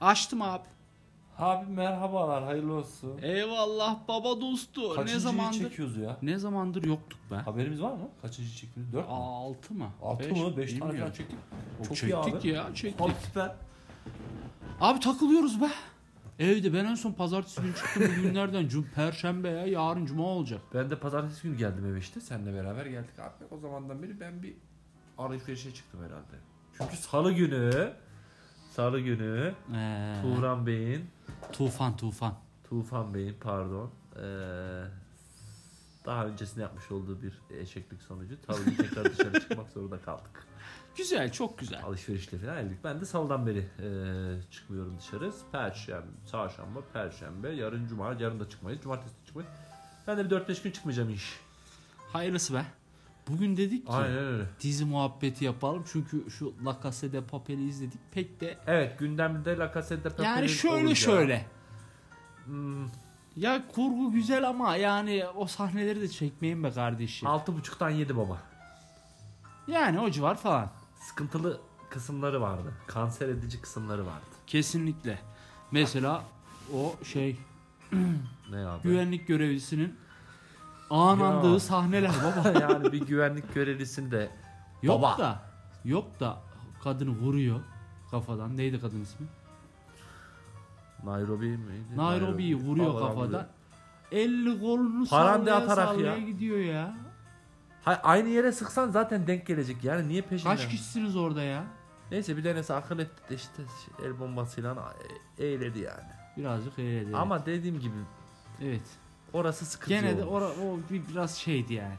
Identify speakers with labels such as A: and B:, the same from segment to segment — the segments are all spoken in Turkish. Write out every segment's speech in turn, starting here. A: Açtım abi.
B: Abi merhabalar hayırlı olsun.
A: Eyvallah baba dostu.
B: Kaçıncıyı
A: ne E, zamandır?
B: çekiyoruz ya?
A: Ne zamandır yoktuk be?
B: Haberimiz var mı? Kaçıncı çektiniz? Dört mü?
A: Aa, Altı mı? Beş,
B: Altı mı? Beş tane falan
A: bilmiyorum.
B: çektik. Çok
A: Çok
B: iyi
A: çektik
B: abi.
A: ya çektik.
B: Abi süper.
A: Abi takılıyoruz be. Evde ben en son pazartesi günü çıktım bugünlerden. Cum Perşembe ya yarın cuma olacak.
B: Ben de pazartesi günü geldim eve işte. Seninle beraber geldik abi. O zamandan beri ben bir alışverişe çıktım herhalde. Çünkü salı günü salı günü
A: Ee,
B: Turan Bey'in
A: tufan tufan.
B: Tufan Bey'in pardon eee, daha öncesinde yapmış olduğu bir eşeklik sonucu tabii ki tekrar dışarı çıkmak zorunda kaldık.
A: Güzel çok güzel.
B: Alışverişle falan geldik. Ben de salıdan beri eee, çıkmıyorum dışarı. Perşembe, çarşamba, perşembe, yarın cuma, yarın da çıkmayız. Cumartesi de çıkmayız. Ben de bir 4-5 gün çıkmayacağım iş.
A: Hayırlısı be. Bugün dedik ki
B: Aynen öyle.
A: dizi muhabbeti yapalım. Çünkü şu La Casa de Papel'i izledik. Pek de
B: Evet gündemde La Casa de Papel'in
A: yani şöyle
B: olacağı-
A: şöyle.
B: Hmm,
A: Ya kurgu güzel ama yani o sahneleri de çekmeyin be kardeşim.
B: 6.30'dan 7 baba.
A: Yani o civar falan.
B: Sıkıntılı kısımları vardı. Kanser edici kısımları vardı.
A: Kesinlikle. Mesela o şey
B: Ne abi?
A: güvenlik görevlisinin anandığı
B: Ya.
A: sahneler baba.
B: yani bir güvenlik görevlisinde
A: Yok
B: Baba.
A: da yok da kadını vuruyor kafadan. Neydi kadın ismi?
B: Nairobi miydi?
A: Nairobi'yi vuruyor
B: Havadan
A: kafadan. Elli kolunu
B: Paran de
A: sallaya
B: atarak
A: sallaya
B: ya.
A: gidiyor ya.
B: Hay- aynı yere sıksan zaten denk gelecek. Yani niye peşinden?
A: Kaç kişisiniz orada ya?
B: Neyse bir tanesi akıl etti de işte el bombasıyla e- eğledi yani.
A: Birazcık öyle dedi.
B: Ama dediğim gibi
A: evet.
B: orası sıkıntı
A: Gene de
B: olmuş.
A: ora, o bir, biraz şeydi yani.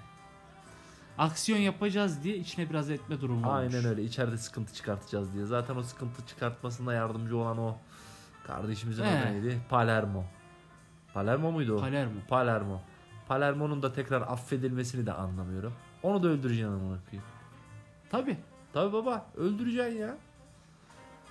A: Aksiyon yapacağız diye içine biraz etme durumu olmuş.
B: Aynen öyle içeride sıkıntı çıkartacağız diye. Zaten o sıkıntı çıkartmasına yardımcı olan o kardeşimizin
A: He.
B: adı neydi? Palermo. Palermo muydu o?
A: Palermo.
B: Palermo. Palermo'nun da tekrar affedilmesini de anlamıyorum. Onu da öldüreceğim onu koyayım.
A: Tabi.
B: Tabi baba öldüreceksin ya.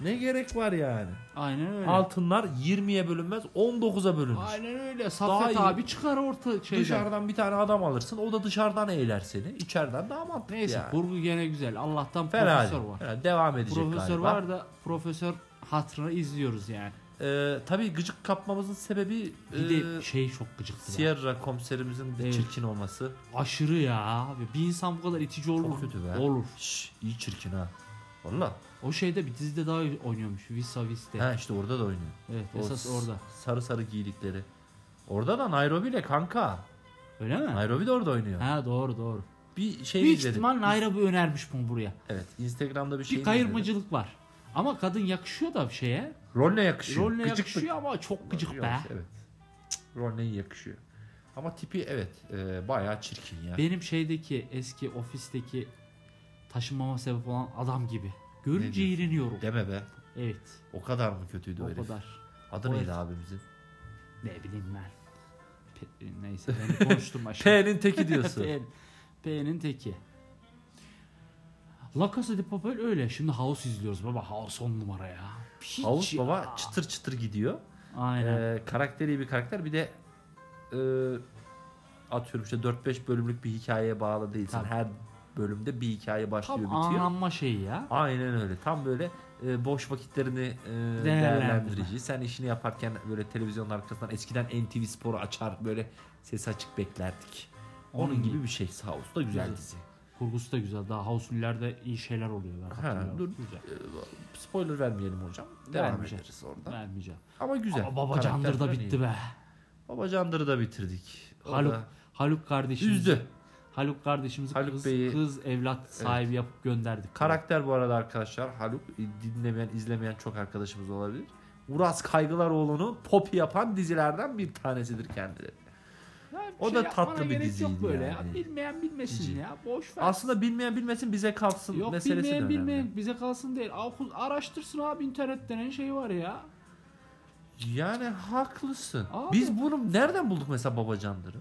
B: Ne gerek var yani?
A: Aynen öyle.
B: Altınlar 20'ye bölünmez 19'a bölünür.
A: Aynen öyle.
B: Daha
A: Saffet
B: iyi.
A: abi çıkar orta şeyden.
B: Dışarıdan bir tane adam alırsın o da dışarıdan eğler seni. İçeriden daha mantıklı
A: Neyse
B: yani.
A: kurgu gene güzel. Allah'tan
B: Fena
A: profesör
B: değil.
A: var.
B: Fena. Devam edecek
A: Profesör
B: galiba.
A: var da profesör hatırına izliyoruz yani.
B: Ee, tabii gıcık kapmamızın sebebi
A: Bir
B: e,
A: de şey çok gıcıktı. lan.
B: Sierra komiserimizin de
A: Evet.
B: çirkin olması.
A: Aşırı ya abi. Bir insan bu kadar itici olur. mu?
B: kötü be.
A: Olur.
B: Şş, iyi çirkin ha. Valla.
A: O şeyde bir dizide daha oynuyormuş. Visa Viste.
B: Ha işte orada da oynuyor.
A: Evet
B: O
A: esas
B: s-
A: orada.
B: Sarı sarı giydikleri. Orada da Nairobi ile kanka.
A: Öyle mi?
B: Nairobi de orada oynuyor.
A: Ha doğru doğru.
B: Bir şey
A: Büyük
B: izledim.
A: ihtimal Nairobi önermiş bunu buraya.
B: Evet. Instagram'da bir şey
A: Bir kayırmacılık var. Ama kadın yakışıyor da şeye.
B: Rolne yakışıyor.
A: Rolle
B: Gıcık
A: yakışıyor ama çok gıcık
B: Yok,
A: be.
B: Evet. Rolne'ye yakışıyor. Ama tipi evet e, bayağı çirkin ya.
A: Benim şeydeki eski ofisteki taşınmama sebep olan adam gibi.
B: Ne
A: Görünce
B: diyorsun?
A: iğreniyorum.
B: Deme be.
A: Evet.
B: O kadar mı kötüydü o,
A: O
B: herif?
A: kadar.
B: Adı
A: O
B: neydi
A: herif.
B: abimizin?
A: Ne bileyim ben. Pe- neyse ben konuştum aşağı.
B: P'nin teki diyorsun.
A: P- P'nin teki. La Casa de Papel öyle. Şimdi House izliyoruz baba. House on numara ya. Hiç
B: Havuz
A: ya.
B: baba çıtır çıtır gidiyor.
A: Aynen.
B: Ee, karakteri iyi bir karakter. Bir de e, atıyorum işte 4-5 bölümlük bir hikayeye bağlı değilsin.
A: Tabii.
B: Her bölümde bir hikaye başlıyor
A: Tam
B: bitiyor.
A: anlanma şeyi ya.
B: Aynen öyle. Tam böyle e, boş vakitlerini e, değerlendirici. Sen işini yaparken böyle televizyonun arkasından eskiden NTV Spor'u açar böyle ses açık beklerdik. Onun
A: Hmm.
B: gibi bir şey. House da güzel
A: Güzel.
B: dizi.
A: Kurgusu da güzel. Daha House'lilerde iyi şeyler oluyor ben hatırlıyorum.
B: dur.
A: Güzel.
B: E, Spoiler vermeyelim hocam. Devam
A: Vermeyeceğim.
B: ederiz oradan.
A: Vermeyeceğim.
B: Ama güzel.
A: Ama Baba Candır da
B: Karakterler iyi.
A: bitti be.
B: Baba Candır'ı da bitirdik. O
A: Haluk
B: da
A: Haluk kardeşimiz.
B: üzdü.
A: Haluk kardeşimizi
B: Haluk
A: kız,
B: Bey'i-
A: kız evlat sahibi yapıp gönderdik.
B: Karakter bu arada arkadaşlar Haluk e, dinlemeyen izlemeyen çok arkadaşımız olabilir. Uras Kaygılaroğlu'nu pop yapan dizilerden bir tanesidir kendileri.
A: Ya
B: o
A: bir şey
B: da
A: yapmana
B: tatlı bir
A: gerek
B: diziydi yani.
A: Bilmeyen
B: Dizi.
A: ya. Boş
B: Aslında bilmeyen bilmesin bize kalsın
A: Yok
B: meselesi de
A: bilmeyen
B: önemli.
A: bilmeyen bize kalsın değil. Avkul- Araştırsın abi internetten en şey var ya.
B: Yani haklısın.
A: Abi.
B: Biz bunu nereden bulduk mesela Babacandır'ı?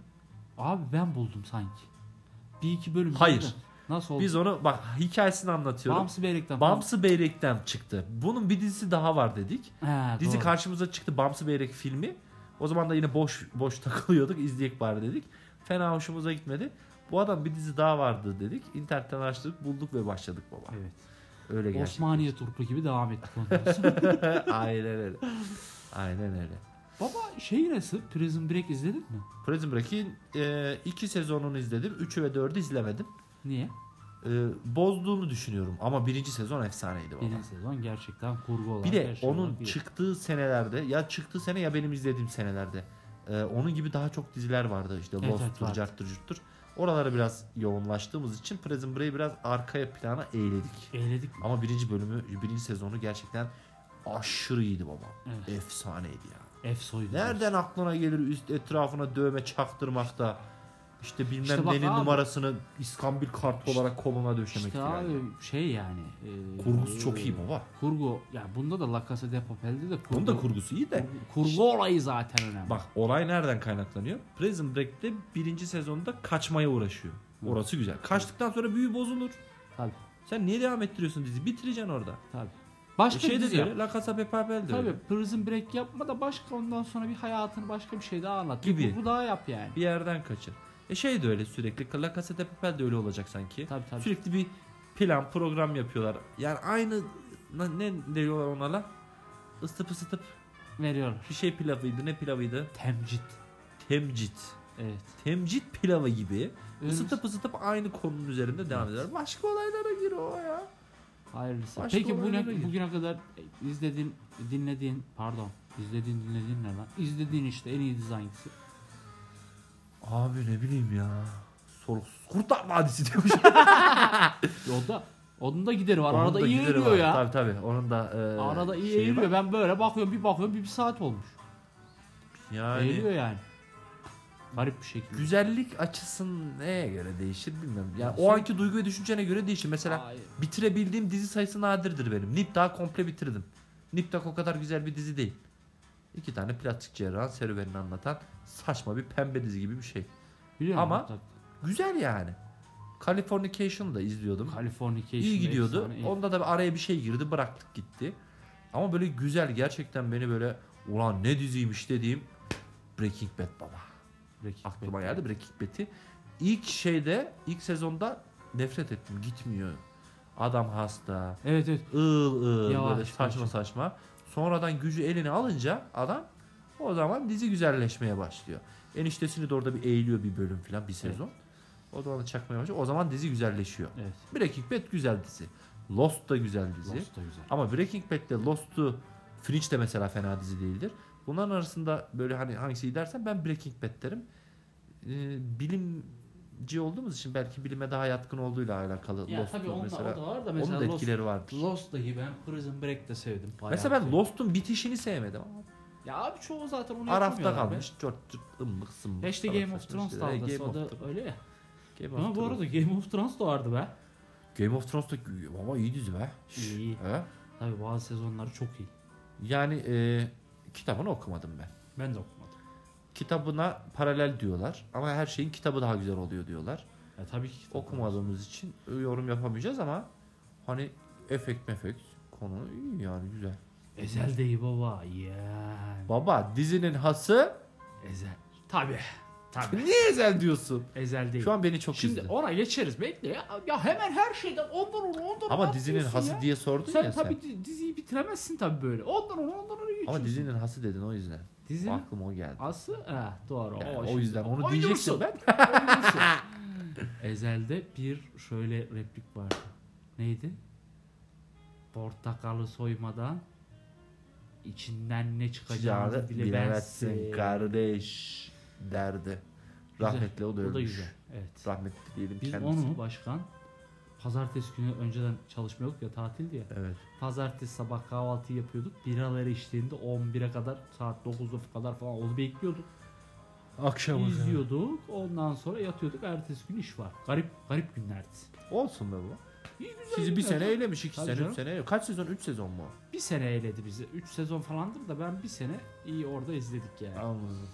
A: Abi ben buldum sanki. Bir iki bölüm.
B: Hayır.
A: değil mi? Nasıl oldu?
B: Biz onu bak hikayesini anlatıyorum.
A: Bamsı Beyrek'ten.
B: Bamsı Beyrek'ten çıktı. Bunun bir dizisi daha var dedik.
A: He,
B: Dizi
A: doğru.
B: karşımıza çıktı Bamsı Beyrek filmi. O zaman da yine boş boş takılıyorduk. izleyek bari dedik. Fena hoşumuza gitmedi. Bu adam bir dizi daha vardı dedik. İnternetten açtık, bulduk ve başladık baba.
A: Evet.
B: Öyle gerçek.
A: Osmaniye turpu gibi devam ettik ondan
B: Aynen öyle. Aynen öyle.
A: Baba şey nasıl? Prison Break izledin mi?
B: Prison Break'in e, iki sezonunu izledim. Üçü ve dördü izlemedim.
A: Niye?
B: E, bozduğunu düşünüyorum. Ama birinci sezon efsaneydi valla.
A: Birinci sezon gerçekten kurgu olan
B: Bir de
A: her şey
B: onun
A: olan bir-
B: çıktığı senelerde ya çıktığı sene ya benim izlediğim senelerde e, onun gibi daha çok diziler vardı işte
A: Evet, evet,
B: Lost'tur,
A: vardı.
B: Cart'tır, Curt'tur. Oralara biraz yoğunlaştığımız için Prison Break'i biraz arkaya plana eğledik.
A: Eğledik mi?
B: Ama birinci bölümü, birinci sezonu gerçekten aşırı iyiydi baba.
A: Evet.
B: Efsaneydi ya.
A: F soydu.
B: Nereden aklına gelir üst etrafına dövme çaktırmakta? İşte bilmem
A: İşte bak
B: nenin
A: abi.
B: numarasını İskambil kartı olarak koluna döşemek
A: İşte
B: falan.
A: abi şey yani. e,
B: Kurgusu çok iyi baba.
A: Kurgu. Ya bunda da La Casa de Papel'de de kurgu.
B: Onun da kurgusu iyi de.
A: Kurgu olayı zaten önemli.
B: Bak olay nereden kaynaklanıyor? Prison Break'te birinci sezonda kaçmaya uğraşıyor. Orası güzel. Kaçtıktan sonra büyü bozulur.
A: Tabii.
B: Sen niye devam ettiriyorsun dizi? Bitireceksin orada.
A: Tabii.
B: E
A: Başka
B: şey
A: bir
B: de
A: dizi
B: diyor.
A: yap.
B: La Casa de Papel de öyle.
A: Tabii Prison Break yapma da başka ondan sonra bir hayatını başka bir şey daha anlat.
B: Gibi.
A: Bir kurgu daha yap yani.
B: Bir yerden kaçır. E şey de öyle sürekli. La Casa de Papel de öyle olacak sanki.
A: Tabii tabii.
B: Sürekli bir plan program yapıyorlar. Yani aynı ne- ne diyorlar ona la? Isıtıp ısıtıp
A: Veriyorlar.
B: bir şey pilavıydı ne pilavıydı?
A: Temcit.
B: Temcit.
A: Evet.
B: Temcit pilavı gibi
A: Öyle
B: ısıtıp ısıtıp aynı konunun üzerinde devam ediyorlar. Başka olaylara gir o ya.
A: Hayırlısı.
B: Başka
A: Peki bu
B: olaylara
A: ne,
B: gir.
A: bugüne kadar izlediğin, dinlediğin, pardon, izlediğin, dinlediğin ne lan? İzlediğin işte en iyi dizi hangisi?
B: Abi ne bileyim ya. Sorgusuz Kurtlar Vadisi demiş.
A: E O da, onun da gideri var.
B: Onun
A: Arada
B: da
A: iyi
B: gideri
A: eriyor
B: var.
A: ya.
B: Tabii tabii. Onun da e,
A: Arada iyi
B: şeyi
A: eğiliyor.
B: var.
A: Ben böyle bakıyorum bir bakıyorum bir, bir saat olmuş. Eğiliyor
B: Yani
A: yani. Garip bir şekilde.
B: güzellik açısın neye göre değişir bilmiyorum. Yani o
A: Sen-
B: anki duygu ve düşüncene göre değişir. Mesela
A: Ay,
B: bitirebildiğim dizi sayısı nadirdir benim. Nip daha komple bitirdim. Nip Tuck o kadar güzel bir dizi değil. İki tane plastik cerrahın serüvenini anlatan saçma bir pembe dizi gibi bir şey.
A: biliyor musun?
B: Ama- Güzel yani. Californication'ı da izliyordum.
A: Californication.
B: İyi gidiyordu.
A: efsane, iyi.
B: Onda da bir araya bir şey girdi bıraktık gitti. Ama böyle güzel gerçekten beni böyle ulan ne diziymiş dediğim Breaking Bad baba.
A: Breaking
B: Aklıma
A: Bad.
B: geldi Breaking Bad'i. İlk şeyde ilk sezonda nefret ettim gitmiyor. Adam hasta.
A: Evet evet.
B: ığıl ığıl
A: Yavaş,
B: böyle saçma
A: yavaş.
B: saçma. Sonradan gücü eline alınca adam o zaman dizi güzelleşmeye başlıyor. Eniştesini de orada bir eğiliyor bir bölüm falan bir sezon. O da onu çakmaya başlıyor. O zaman dizi güzelleşiyor.
A: Evet.
B: Breaking Bad güzel dizi. Lost da güzel dizi.
A: Lost da güzel.
B: Ama Breaking Bad'de Lost'u Fringe de mesela fena dizi değildir. Bunların arasında böyle hani hangisi iyi dersen ben Breaking Bad derim. Ee, bilimci olduğumuz için belki bilime daha yatkın olduğuyla alakalı
A: Ya
B: Lost
A: tabii onda,
B: mesela.
A: o da var da
B: Onun
A: mesela
B: da etkileri vardır.
A: Lost, Lost'daki ben Prison Break'te sevdim. Bayağı
B: mesela ben
A: sevdim.
B: Lost'un bitişini sevmedim ama
A: Ya abi çoğu zaten onu
B: Araf'ta
A: yapamıyorlar be.
B: kalmış. Cört cırt ımmık sımmık.
A: Beşte
B: falan
A: Game of
B: saçma
A: Thrones
B: şeyler. Ee,
A: dalgası
B: Game
A: o
B: of
A: da
B: Thrones-
A: öyle ya.
B: Game of
A: Ama bu
B: Thrones.
A: arada Game of Thrones da vardı be.
B: Game of Thrones da baba iyi dizi be.
A: İyi.
B: He?
A: Tabii bazı sezonları çok iyi.
B: Yani e, kitabını okumadım ben.
A: Ben de okumadım.
B: kitabına paralel diyorlar ama her şeyin kitabı daha güzel oluyor diyorlar.
A: Ya tabii ki.
B: Okumadığımız için yorum yapamayacağız ama hani efekt mefekt konu iyi yani güzel.
A: Ezel de iyi baba. Yeah.
B: Baba dizinin hası
A: Ezel. Tabii. Tabii.
B: niye ezel diyorsun?
A: Ezel değil.
B: Şu an beni çok
A: Şimdi
B: üzdü.
A: ona geçeriz bekle ya. Ya hemen her şeyden ondan onu ondan onu
B: Ama dizinin
A: atlıyorsun
B: hası
A: ya.
B: diye sordun
A: Sen
B: ya sen.
A: tabii di- diziyi bitiremezsin tabii böyle. Ondan onu ondan onu geçiyorsun.
B: Ama dizinin hası dedin o yüzden.
A: Dizinin
B: Aklıma o geldi.
A: Ası ha, doğru.
B: Yani
A: o,
B: o
A: şimdi-
B: yüzden onu
A: Oynuyorsun.
B: diyecektim ben.
A: Oynuyorsun. Ezel'de bir şöyle replik vardı. Neydi? Portakalı soymadan içinden ne çıkacağını
B: Cari
A: bile
B: bilemezsin
A: bilemezsin.
B: kardeş derdi.
A: Güzel.
B: Rahmetli o da
A: O da
B: ölmüş.
A: güzel. Evet.
B: Rahmetli diyelim
A: Biz
B: kendisi.
A: onu başkan pazartesi günü önceden çalışma yok ya tatildi ya.
B: Evet.
A: Pazartesi sabah kahvaltı yapıyorduk. Biraları içtiğinde 11'e kadar saat 9'a kadar falan onu bekliyorduk.
B: Akşam
A: İzliyorduk. Ondan sonra yatıyorduk. Ertesi gün iş var. Garip garip günlerdi.
B: Olsun be bu.
A: İyi güzel
B: Sizi bir
A: günlerdi.
B: sene eylemiş, iki
A: Tabii
B: sene,
A: canım.
B: üç sene. Kaç sezon? Üç sezon mu?
A: Bir sene eyledi bizi. 3 sezon falandır da ben bir sene iyi orada izledik yani.
B: Anladım.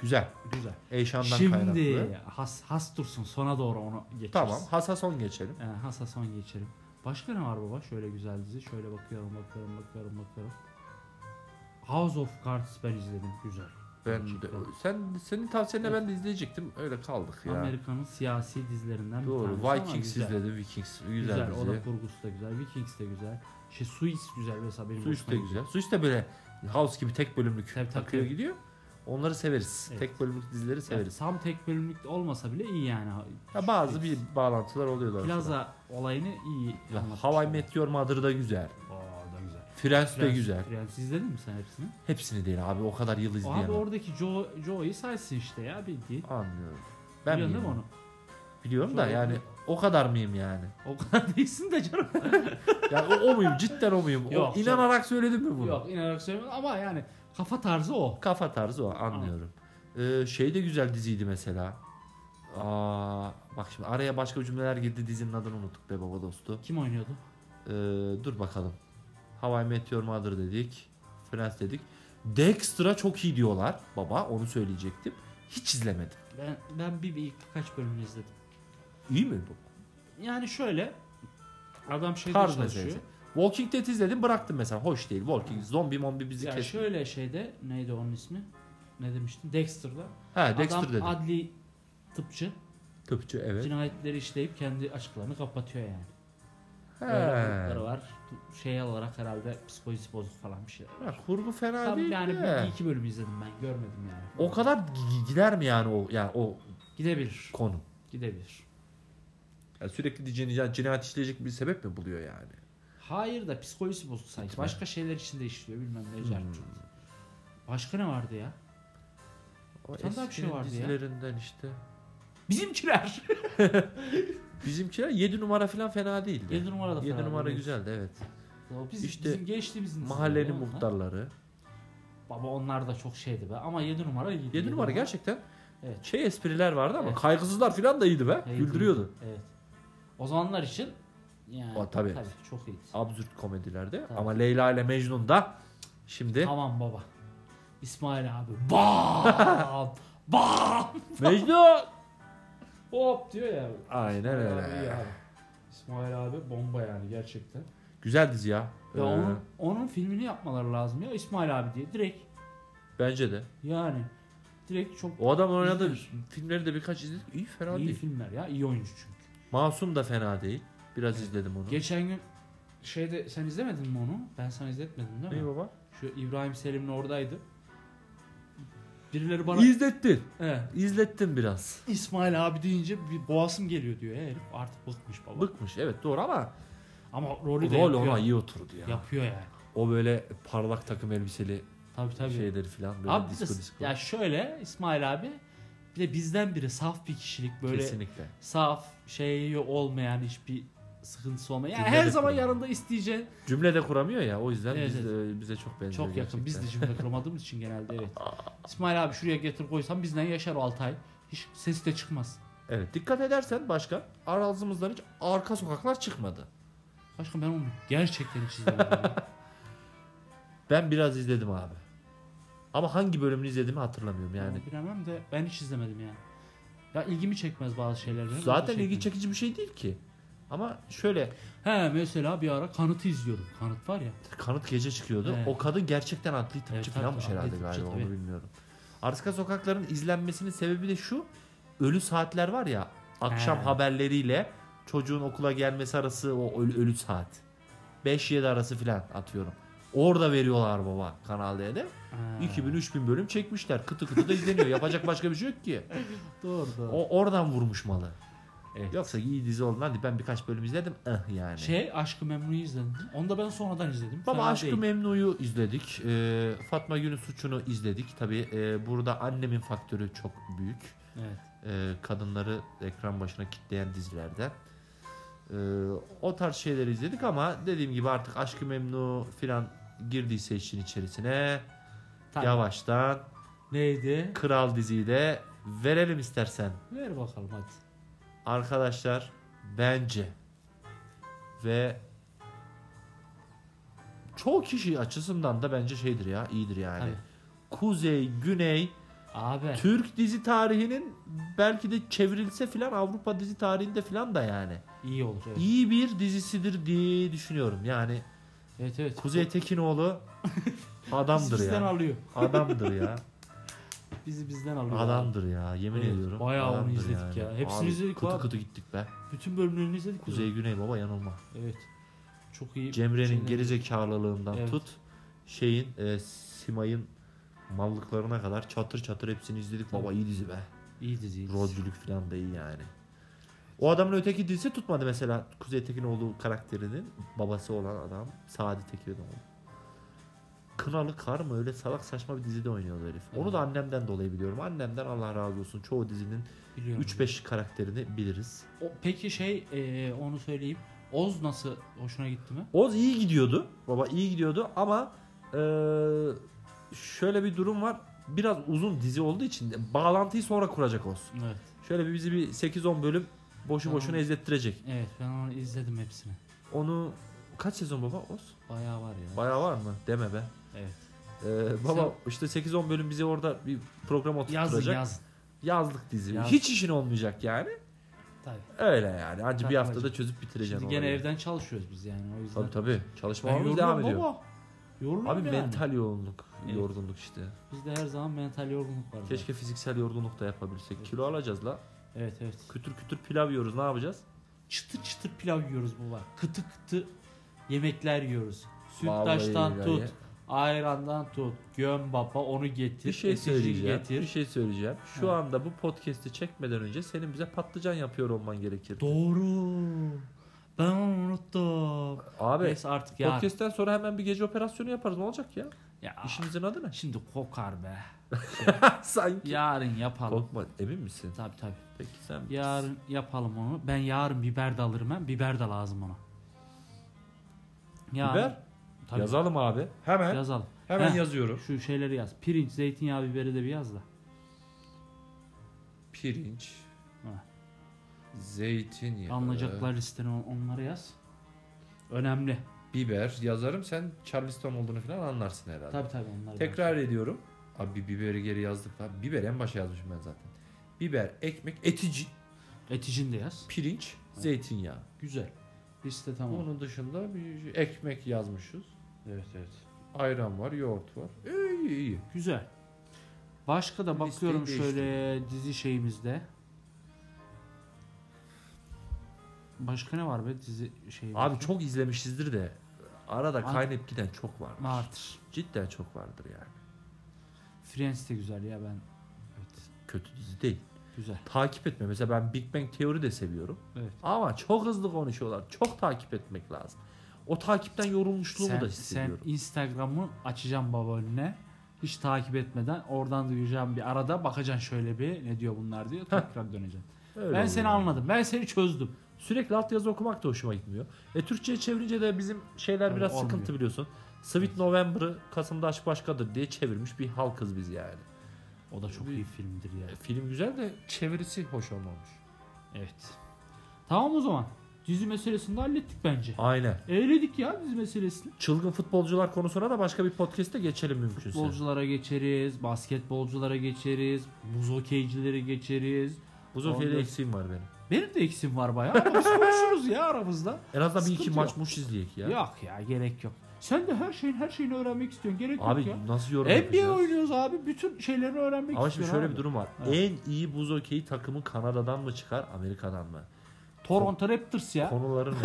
B: Güzel.
A: Güzel.
B: Eyşan'dan kaynaklı.
A: Şimdi has, has dursun sona doğru onu geçeriz.
B: Tamam. Hasa son geçelim.
A: Ee, hasa son geçelim. Başka ne var baba? Şöyle güzel dizi. Şöyle bakıyorum bakıyorum bakıyorum bakıyorum. House of Cards ben izledim. Güzel.
B: Ben de, sen senin tavsiyenle ben de izleyecektim. Öyle kaldık ya.
A: Amerika'nın siyasi dizilerinden bir
B: Doğru.
A: tanesi
B: Vikings
A: ama güzel.
B: izledim. Vikings
A: Güzel,
B: güzel,
A: o da
B: dizi.
A: kurgusu da güzel. Vikings de güzel. Şey Suits güzel mesela benim
B: Suits
A: hoşuma
B: de
A: gidiyor.
B: güzel. Suits de böyle House gibi tek bölümlük
A: Tabii, tabii,
B: takıyor
A: tabii.
B: gidiyor. Onları severiz.
A: Evet.
B: Tek bölümlük dizileri
A: Yani
B: severiz.
A: tam tek bölümlük olmasa bile iyi yani.
B: Ya bazı
A: Suits.
B: bir bağlantılar oluyorlar.
A: plaza olayını iyi anlatmış.
B: Hawaii Met Your Mother da güzel.
A: Aa da güzel.
B: Friends de güzel.
A: Prens izledin mi sen hepsini?
B: Hepsini değil abi o kadar yıl izleyemem.
A: Abi oradaki Joe, Joe'yu saysın işte ya bildiğin.
B: Anlıyorum. Ben
A: Ben Biliyorsun değil mi
B: miyim?
A: onu?
B: Biliyorum da
A: Joe-
B: yani o kadar mıyım yani?
A: O kadar değilsin de canım.
B: Yani o, o muyum? Cidden o muyum?
A: Yok,
B: o, inanarak söyledim mi bunu?
A: Yok inanarak söylemiyorum ama yani kafa tarzı o.
B: Kafa tarzı o anlıyorum. Ee, şey de güzel diziydi mesela. Aa, bak şimdi araya başka cümleler girdi dizinin adını unuttuk be baba dostu.
A: Kim oynuyordu?
B: Ee, dur bakalım. Hawaii Meteor Mother dedik. Friends dedik. Dexter'a çok iyi diyorlar baba onu söyleyecektim. Hiç izlemedim.
A: Ben ben bir, bir ilk birkaç bölümünü izledim.
B: İyi mi bu?
A: Yani şöyle adam şeyde
B: Tarz
A: çalışıyor.
B: meselesi. Walking Dead izledim bıraktım mesela. Hoş değil. Walking zombi mombi bizi
A: Ya
B: kes.
A: şöyle şeyde neydi onun ismi? Ne demiştin? Dexter'da.
B: Ha Dexter
A: adam
B: dedim.
A: adli tıpçı
B: Tıpçı evet.
A: cinayetleri işleyip kendi açıklarını kapatıyor yani.
B: He.
A: Böyle grupları var. Şey olarak herhalde psikolojisi bozuk falan bir şey.
B: Ha, kurgu fena
A: Tam
B: değil
A: yani
B: de.
A: bir iki bölüm izledim ben görmedim yani.
B: O kadar gi- gider mi yani o yani o
A: gidebilir.
B: konu?
A: Gidebilir.
B: Yani sürekli de cinayet, cinayet işleyecek bir sebep mi buluyor yani?
A: Hayır da psikolojisi bozuk sanki.
B: Gitme.
A: Başka şeyler içinde işliyor bilmem ne.
B: Hmm.
A: cart curt. Başka ne vardı ya?
B: O
A: Sen daha bir şey
B: eskinin
A: vardı ya.
B: dizilerinden işte.
A: Bizimkiler.
B: Bizimkiler 7 numara falan fena değildi.
A: Yedi numara da
B: 7
A: fena
B: numara
A: değil.
B: güzeldi evet.
A: O Biz,
B: İşte
A: bizim geçtiğimizin
B: Mahallenin
A: izleniyor onlar.
B: muhtarları.
A: Baba onlar da çok şeydi be ama 7 numara iyiydi.
B: 7 numara gerçekten
A: Evet.
B: şey espriler vardı ama
A: Evet.
B: kaygısızlar falan da iyiydi be.
A: Hey,
B: Güldürüyordu.
A: Evet. O zamanlar için yani
B: O, tabii.
A: çok iyiydi.
B: Absürt komedilerde
A: Tabii.
B: ama Leyla ile Mecnun da şimdi
A: Tamam baba. İsmail abi. Bam! Bam!
B: Mecnun
A: Hop diyor ya.
B: Aynen
A: İsmail abi iyi
B: öyle.
A: abi. İsmail abi bomba yani gerçekten.
B: Güzel dizi ya.
A: Ya
B: Ee,
A: onun, onun filmini yapmaları lazım ya İsmail abi diye direkt
B: Bence de.
A: yani direkt çok
B: O adam oynadı.
A: İzliyoruz.
B: Filmleri de birkaç izledik. İyi fena
A: iyi
B: değil.
A: filmler ya iyi oyuncu çünkü.
B: Masum da fena değil. Biraz izledim onu.
A: Geçen gün şeyde sen izlemedin mi onu? Ben sana izletmedim değil mi?
B: İyi baba.
A: Şu İbrahim Selim'le oradaydı. Birileri bana
B: İzlettin.
A: He,
B: İzlettin biraz.
A: İsmail abi deyince bir boğasım geliyor diyor ya herif. Artık bıkmış baba.
B: Bıkmış evet doğru ama
A: Ama rolü de
B: rol
A: yapıyor.
B: ona iyi oturdu ya.
A: Yapıyor yani.
B: O böyle parlak takım elbiseli
A: Tabii tabii.
B: şeyleri falan Şey, böyle
A: abi
B: disco
A: bir de-
B: disco.
A: ya şöyle İsmail abi bir de bizden biri saf bir kişilik böyle
B: Kesinlikle.
A: saf şeyi olmayan hiçbir sıkıntısı olmayan. Yani
B: Cümle
A: her
B: de
A: zaman
B: kuramıyor.
A: yanında isteyeceğin
B: Cümle de kuramıyor ya o yüzden
A: Evet,
B: biz de- bize çok benziyor.
A: çok yakın. Biz de
B: gerçekten.
A: cümle kuramadığımız için genelde evet. İsmail abi şuraya getir koysam bizden yaşar 6 ay. Hiç ses de çıkmaz.
B: Evet dikkat edersen başka arazimizden hiç arka sokaklar çıkmadı.
A: Başka ben onu gerçekten hiç izlemedim. ya.
B: Ben biraz izledim abi. Ama hangi bölümünü izlediğimi hatırlamıyorum yani.
A: Yani bilemem de ben hiç izlemedim yani. Ya ilgimi çekmez bazı şeyler. benim,
B: Zaten
A: ilgi
B: ilgi
A: çekmiyor.
B: çekici bir şey değil ki. Ama şöyle
A: He mesela bir ara kanıtı izliyordum. Kanıt var ya.
B: kanıt gece çıkıyordu.
A: Evet.
B: O kadın gerçekten adli tıpçı
A: Evet, tabii,
B: falanmış
A: adli
B: herhalde
A: tıpçı,
B: galiba
A: tabii.
B: onu bilmiyorum. Arka sokakların izlenmesinin sebebi de şu. Ölü saatler var ya akşam
A: He.
B: haberleriyle çocuğun okula gelmesi arası o ölü, ölü saat. 5-7 arası filan atıyorum. Orada veriyorlar baba Kanal D'de.
A: He.
B: 2000-3000 bölüm çekmişler. Kıtı kıtı da izleniyor. Yapacak başka bir şey yok ki.
A: Doğru doğru.
B: O oradan vurmuş malı.
A: Evet.
B: Yoksa iyi dizi oldu. Hadi ben birkaç bölüm izledim. Eh yani.
A: Şey Aşkı Memnu'yu izledim. Onu da ben sonradan izledim.
B: Baba
A: Fena
B: Aşkı
A: değil.
B: Memnu'yu izledik. Ee, Fatma Günü Suçu'nu izledik. Tabi burada annemin faktörü çok büyük.
A: Evet.
B: Ee, kadınları ekran başına kitleyen dizilerden. Ee, o tarz şeyleri izledik ama dediğim gibi artık Aşkı Memnu filan girdiyse işin içerisine
A: Tamam.
B: yavaştan
A: Neydi?
B: Kral diziyi de verelim istersen.
A: Ver bakalım hadi.
B: Arkadaşlar bence ve çoğu kişi açısından da bence şeydir ya iyidir yani.
A: Tabii.
B: Kuzey, Güney,
A: Abi.
B: Türk dizi tarihinin belki de çevrilse filan Avrupa dizi tarihinde filan da yani.
A: iyi olur. Evet
B: iyi bir dizisidir diye düşünüyorum. Yani
A: evet. evet.
B: Kuzey Tekinoğlu
A: Bizi
B: adamdır
A: Bizden
B: ya.
A: alıyor.
B: Adamdır ya.
A: bizi bizden alıyor.
B: Adamdır ya yemin
A: Evet,
B: ediyorum.
A: bayağı onu
B: Adamdır
A: izledik ya. Hepsini izledik
B: Kutu
A: abi.
B: kutu gittik be.
A: Bütün bölümlerini izledik. biz
B: Kuzey güney baba yanılma.
A: onun. Evet. Çok iyi.
B: Cemre'nin
A: şeyler-
B: gerizekalılığından
A: Evet.
B: tut. Şeyin e, Simay'ın mallıklarına kadar çatır çatır hepsini izledik. Baba iyi dizi be.
A: İyi dizi. iyi dizi.
B: Rolcülük falan da iyi yani. O adamın öteki dizisi tutmadı mesela. Kuzey Tekinoğlu karakterinin babası olan adam Sadi Tekinoğlu. Kınalı Kar mı öyle salak saçma bir dizide oynuyordu herif. Onu
A: Evet.
B: da annemden dolayı biliyorum. Annemden Allah razı olsun çoğu dizinin
A: Biliyorum.
B: 3-5 karakterini biliriz.
A: O- peki şey e, onu söyleyeyim. Oz nasıl hoşuna gitti mi?
B: Oz iyi gidiyordu. Baba iyi gidiyordu ama eee, şöyle bir durum var. Biraz uzun dizi olduğu için de bağlantıyı sonra kuracak Oz.
A: Evet.
B: Şöyle bir bizi bir 8-10 bölüm boşu
A: Tamam.
B: boşuna izlettirecek.
A: Evet ben onu izledim hepsini.
B: Onu kaç sezon baba Oz?
A: Bayağı var ya.
B: Bayağı var mı? Deme be.
A: evet.
B: Ee, baba işte 8-10 bölüm bizi orada bir program oturtacak.
A: Yazın yazın.
B: Yazlık dizi.
A: Yaz.
B: Hiç işin olmayacak yani.
A: Tabii.
B: Öyle yani. Hadi bir
A: Takmacı.
B: haftada çözüp bitireceksin.
A: Şimdi gene
B: olayı.
A: evden çalışıyoruz biz yani o yüzden.
B: Tabii tabii.
A: Ben
B: Çalışmamız
A: yoruluyorum
B: devam ediyor.
A: baba. Yoruluyorum
B: Abi
A: yani.
B: mental yoğunluk.
A: Evet.
B: Yorgunluk işte.
A: Bizde her zaman mental yorgunluk var.
B: Keşke fiziksel yorgunluk da yapabilsek. Kilo alacağız la.
A: Evet evet.
B: Kütür kütür pilav yiyoruz. Ne yapacağız?
A: Çıtır çıtır pilav yiyoruz baba. Kıtı kıtı yemekler yiyoruz.
B: Vallahi
A: Süttaştan tut,
B: billahi.
A: ayrandan tut, göm baba onu getir,
B: Bir şey
A: etici
B: söyleyeceğim. Bir
A: getir.
B: şey söyleyeceğim. Şu
A: Ha.
B: anda bu podcast'i çekmeden önce senin bize patlıcan yapıyor olman gerekirdi.
A: Doğru. Ben onu unuttum.
B: Abi
A: Neyse artık ya.
B: Podcast'ten sonra hemen bir gece operasyonu yaparız. Ne olacak ya?
A: ya
B: İşimizin adı ne?
A: şimdi kokar be.
B: Sanki.
A: Yarın yapalım.
B: Korkma. Emin misin?
A: Tabii tabii.
B: Peki sen
A: Yarın yapalım onu. Ben yarın biber de alırım ben. Biber de lazım ona. Yarın-
B: Biber?
A: Tabii.
B: Yazalım abi. Hemen.
A: Yazalım.
B: Hemen
A: Heh.
B: yazıyorum.
A: Şu şeyleri yaz. Pirinç, zeytinyağı, biberi de bir yaz da.
B: Pirinç.
A: Ha.
B: Zeytinyağı.
A: Anlayacaklar listeni on- onları yaz. Önemli.
B: Biber. Yazarım. Sen Charleston olduğunu falan anlarsın herhalde.
A: Tabii tabii onları.
B: Tekrar ediyorum. Abi biberi geri yazdık lan. Biber en başa yazmışım ben zaten. Biber, ekmek, etici,
A: ben- Eticin de yaz.
B: pirinç, zeytinyağı.
A: Güzel. Liste tamam.
B: Onun dışında bir ekmek yazmışız.
A: Evet evet.
B: Ayran var, yoğurt var. İyi iyi.
A: Güzel. Başka da
B: Listeyi
A: bakıyorum şöyle dizi şeyimizde. Başka ne var be dizi şeyimizde?
B: Abi çok izlemişizdir de arada
A: Abi-
B: kaynayıp giden çok vardır.
A: Vardır.
B: Cidden çok vardır yani.
A: Friends de güzel ya ben. Evet.
B: Kötü dizi değil.
A: Güzel.
B: Takip etme. Mesela ben Big Bang Theory de seviyorum.
A: Evet.
B: Ama çok hızlı konuşuyorlar. Çok takip etmek lazım. O takipten yorulmuşluğumu
A: Sen,
B: da
A: sen
B: hissediyorum.
A: Instagram'ı açacağım baba önüne. Hiç takip etmeden oradan duyacağım bir arada bakacaksın şöyle bir ne diyor bunlar diyor tekrar döneceksin.
B: Öyle
A: ben
B: oluyor
A: seni
B: yani.
A: anladım. Ben seni çözdüm.
B: Sürekli altyazı okumak da hoşuma gitmiyor. E Türkçe'ye çevirince de bizim şeyler
A: Tabii
B: biraz
A: olmuyor.
B: sıkıntı biliyorsun. Sweet November'ı Kasım'da aşk başkadır diye çevirmiş bir halkız biz yani.
A: O da çok
B: Bir-
A: iyi filmdir ya.
B: E, Film güzel de çevirisi hoş olmamış.
A: Evet. Tamam o zaman. Dizi meselesini de hallettik bence.
B: Aynen.
A: Eğledik ya dizi meselesini.
B: Çılgın futbolcular konusuna da başka bir podcast'te geçelim mümkünse.
A: Futbolculara geçeriz, basketbolculara geçeriz, buz okeycilere geçeriz.
B: Bu zofiyede
A: Ondan-
B: eksiğim var benim.
A: Benim de eksim var bayağı ama biz konuşuruz ya aramızda.
B: En azından bir iki
A: Sıkıntı
B: maç
A: yok.
B: muş izleyek ya.
A: Yok ya gerek yok. Sen de her şeyin her şeyini öğrenmek istiyorsun. Gerek
B: Abi
A: yok ya.
B: nasıl yorum
A: NBA
B: yapacağız?
A: oynuyoruz abi. Bütün şeylerini öğrenmek
B: Ama şimdi
A: istiyorum.
B: şöyle
A: abi.
B: bir durum var. En iyi buz hokeyi takımı Kanada'dan mı çıkar, Amerika'dan mı?
A: Toronto Raptors ya.
B: Konuları ne?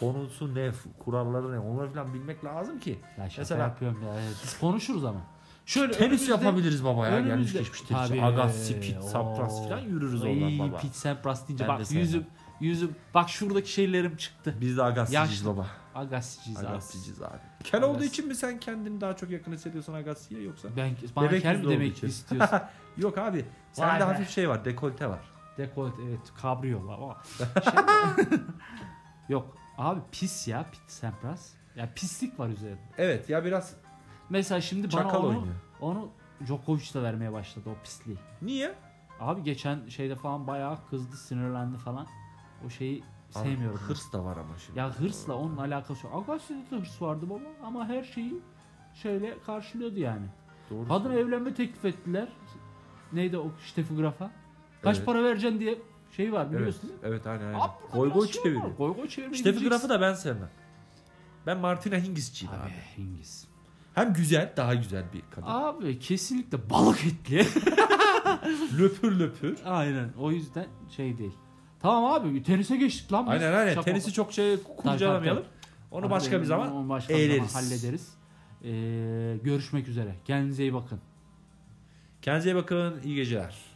B: Konusu ne? Kuralları ne? Onları falan bilmek lazım ki.
A: Ya şaka
B: Mesela-
A: yapıyorum ya. Evet, Biz konuşuruz ama. Şöyle
B: Tenis
A: önümüzde-
B: yapabiliriz baba ya. Gelmiş
A: önümüzde-
B: geçmiş tenis.
A: Tabii.
B: Agassi, Pitt,
A: Oo.
B: Sampras falan yürürüz
A: Ay,
B: oradan baba.
A: Pete Sampras deyince
B: Ben de
A: bak
B: sevmem.
A: yüzüm yüzüm bak şuradaki şeylerim çıktı.
B: Biz de Agassi'ciyiz
A: Yaşlı.
B: baba.
A: Agassi'ciyiz abi.
B: Agassi'ciyiz abi. Kel
A: Agassi.
B: olduğu için mi sen kendini daha çok yakın hissediyorsun Agassi'ye yoksa?
A: Ben bana
B: Bebek
A: kel
B: yüzlü
A: mi
B: olduğu
A: demek
B: için.
A: istiyorsun?
B: Yok abi. Sende
A: be.
B: hafif şey var. Dekolte var.
A: Dekolte evet kabriyo var ama. Şey- Yok abi pis ya Pete Sampras. Ya pislik var üzerinde.
B: Evet ya biraz
A: Mesela şimdi bana
B: çakal
A: onu,
B: oynuyor.
A: onu Djokovic de vermeye başladı o pisliği.
B: Niye?
A: Abi geçen şeyde falan bayağı kızdı, sinirlendi falan. O şeyi sevmiyorum.
B: Abi, Hırs da var ama şimdi.
A: Ya hırsla onun alakası yok. Agassi'de de hırs vardı baba ama her şeyi şöyle karşılıyordu yani.
B: Doğru.
A: Kadına evlenme teklif ettiler. Neydi o Steffi Graf'a? Kaç
B: Evet.
A: para vereceksin diye şey var biliyorsun
B: Evet, evet aynen aynen.
A: Abi burada
B: Goy
A: biraz
B: goy
A: şey
B: çeviriyor.
A: var. Goy goy çeviriyor.
B: Steffi Graf'ı da ben sevmem. Ben Martina Hingis'ciyim abi.
A: Abi Hingiz.
B: Hem güzel, daha güzel bir kadın.
A: Abi kesinlikle balık etli.
B: Löpür löpür.
A: aynen o yüzden şey değil. Tamam abi tenise geçtik lan biz.
B: Aynen aynen.
A: Şaka-
B: Tenisi çok şey kurcalamayalım. Onu
A: Abi,
B: başka bir zaman.
A: onu başka bir
B: eğleriz.
A: hallederiz. Ee, görüşmek üzere. Kendinize iyi bakın.
B: Kendinize iyi bakın. İyi geceler.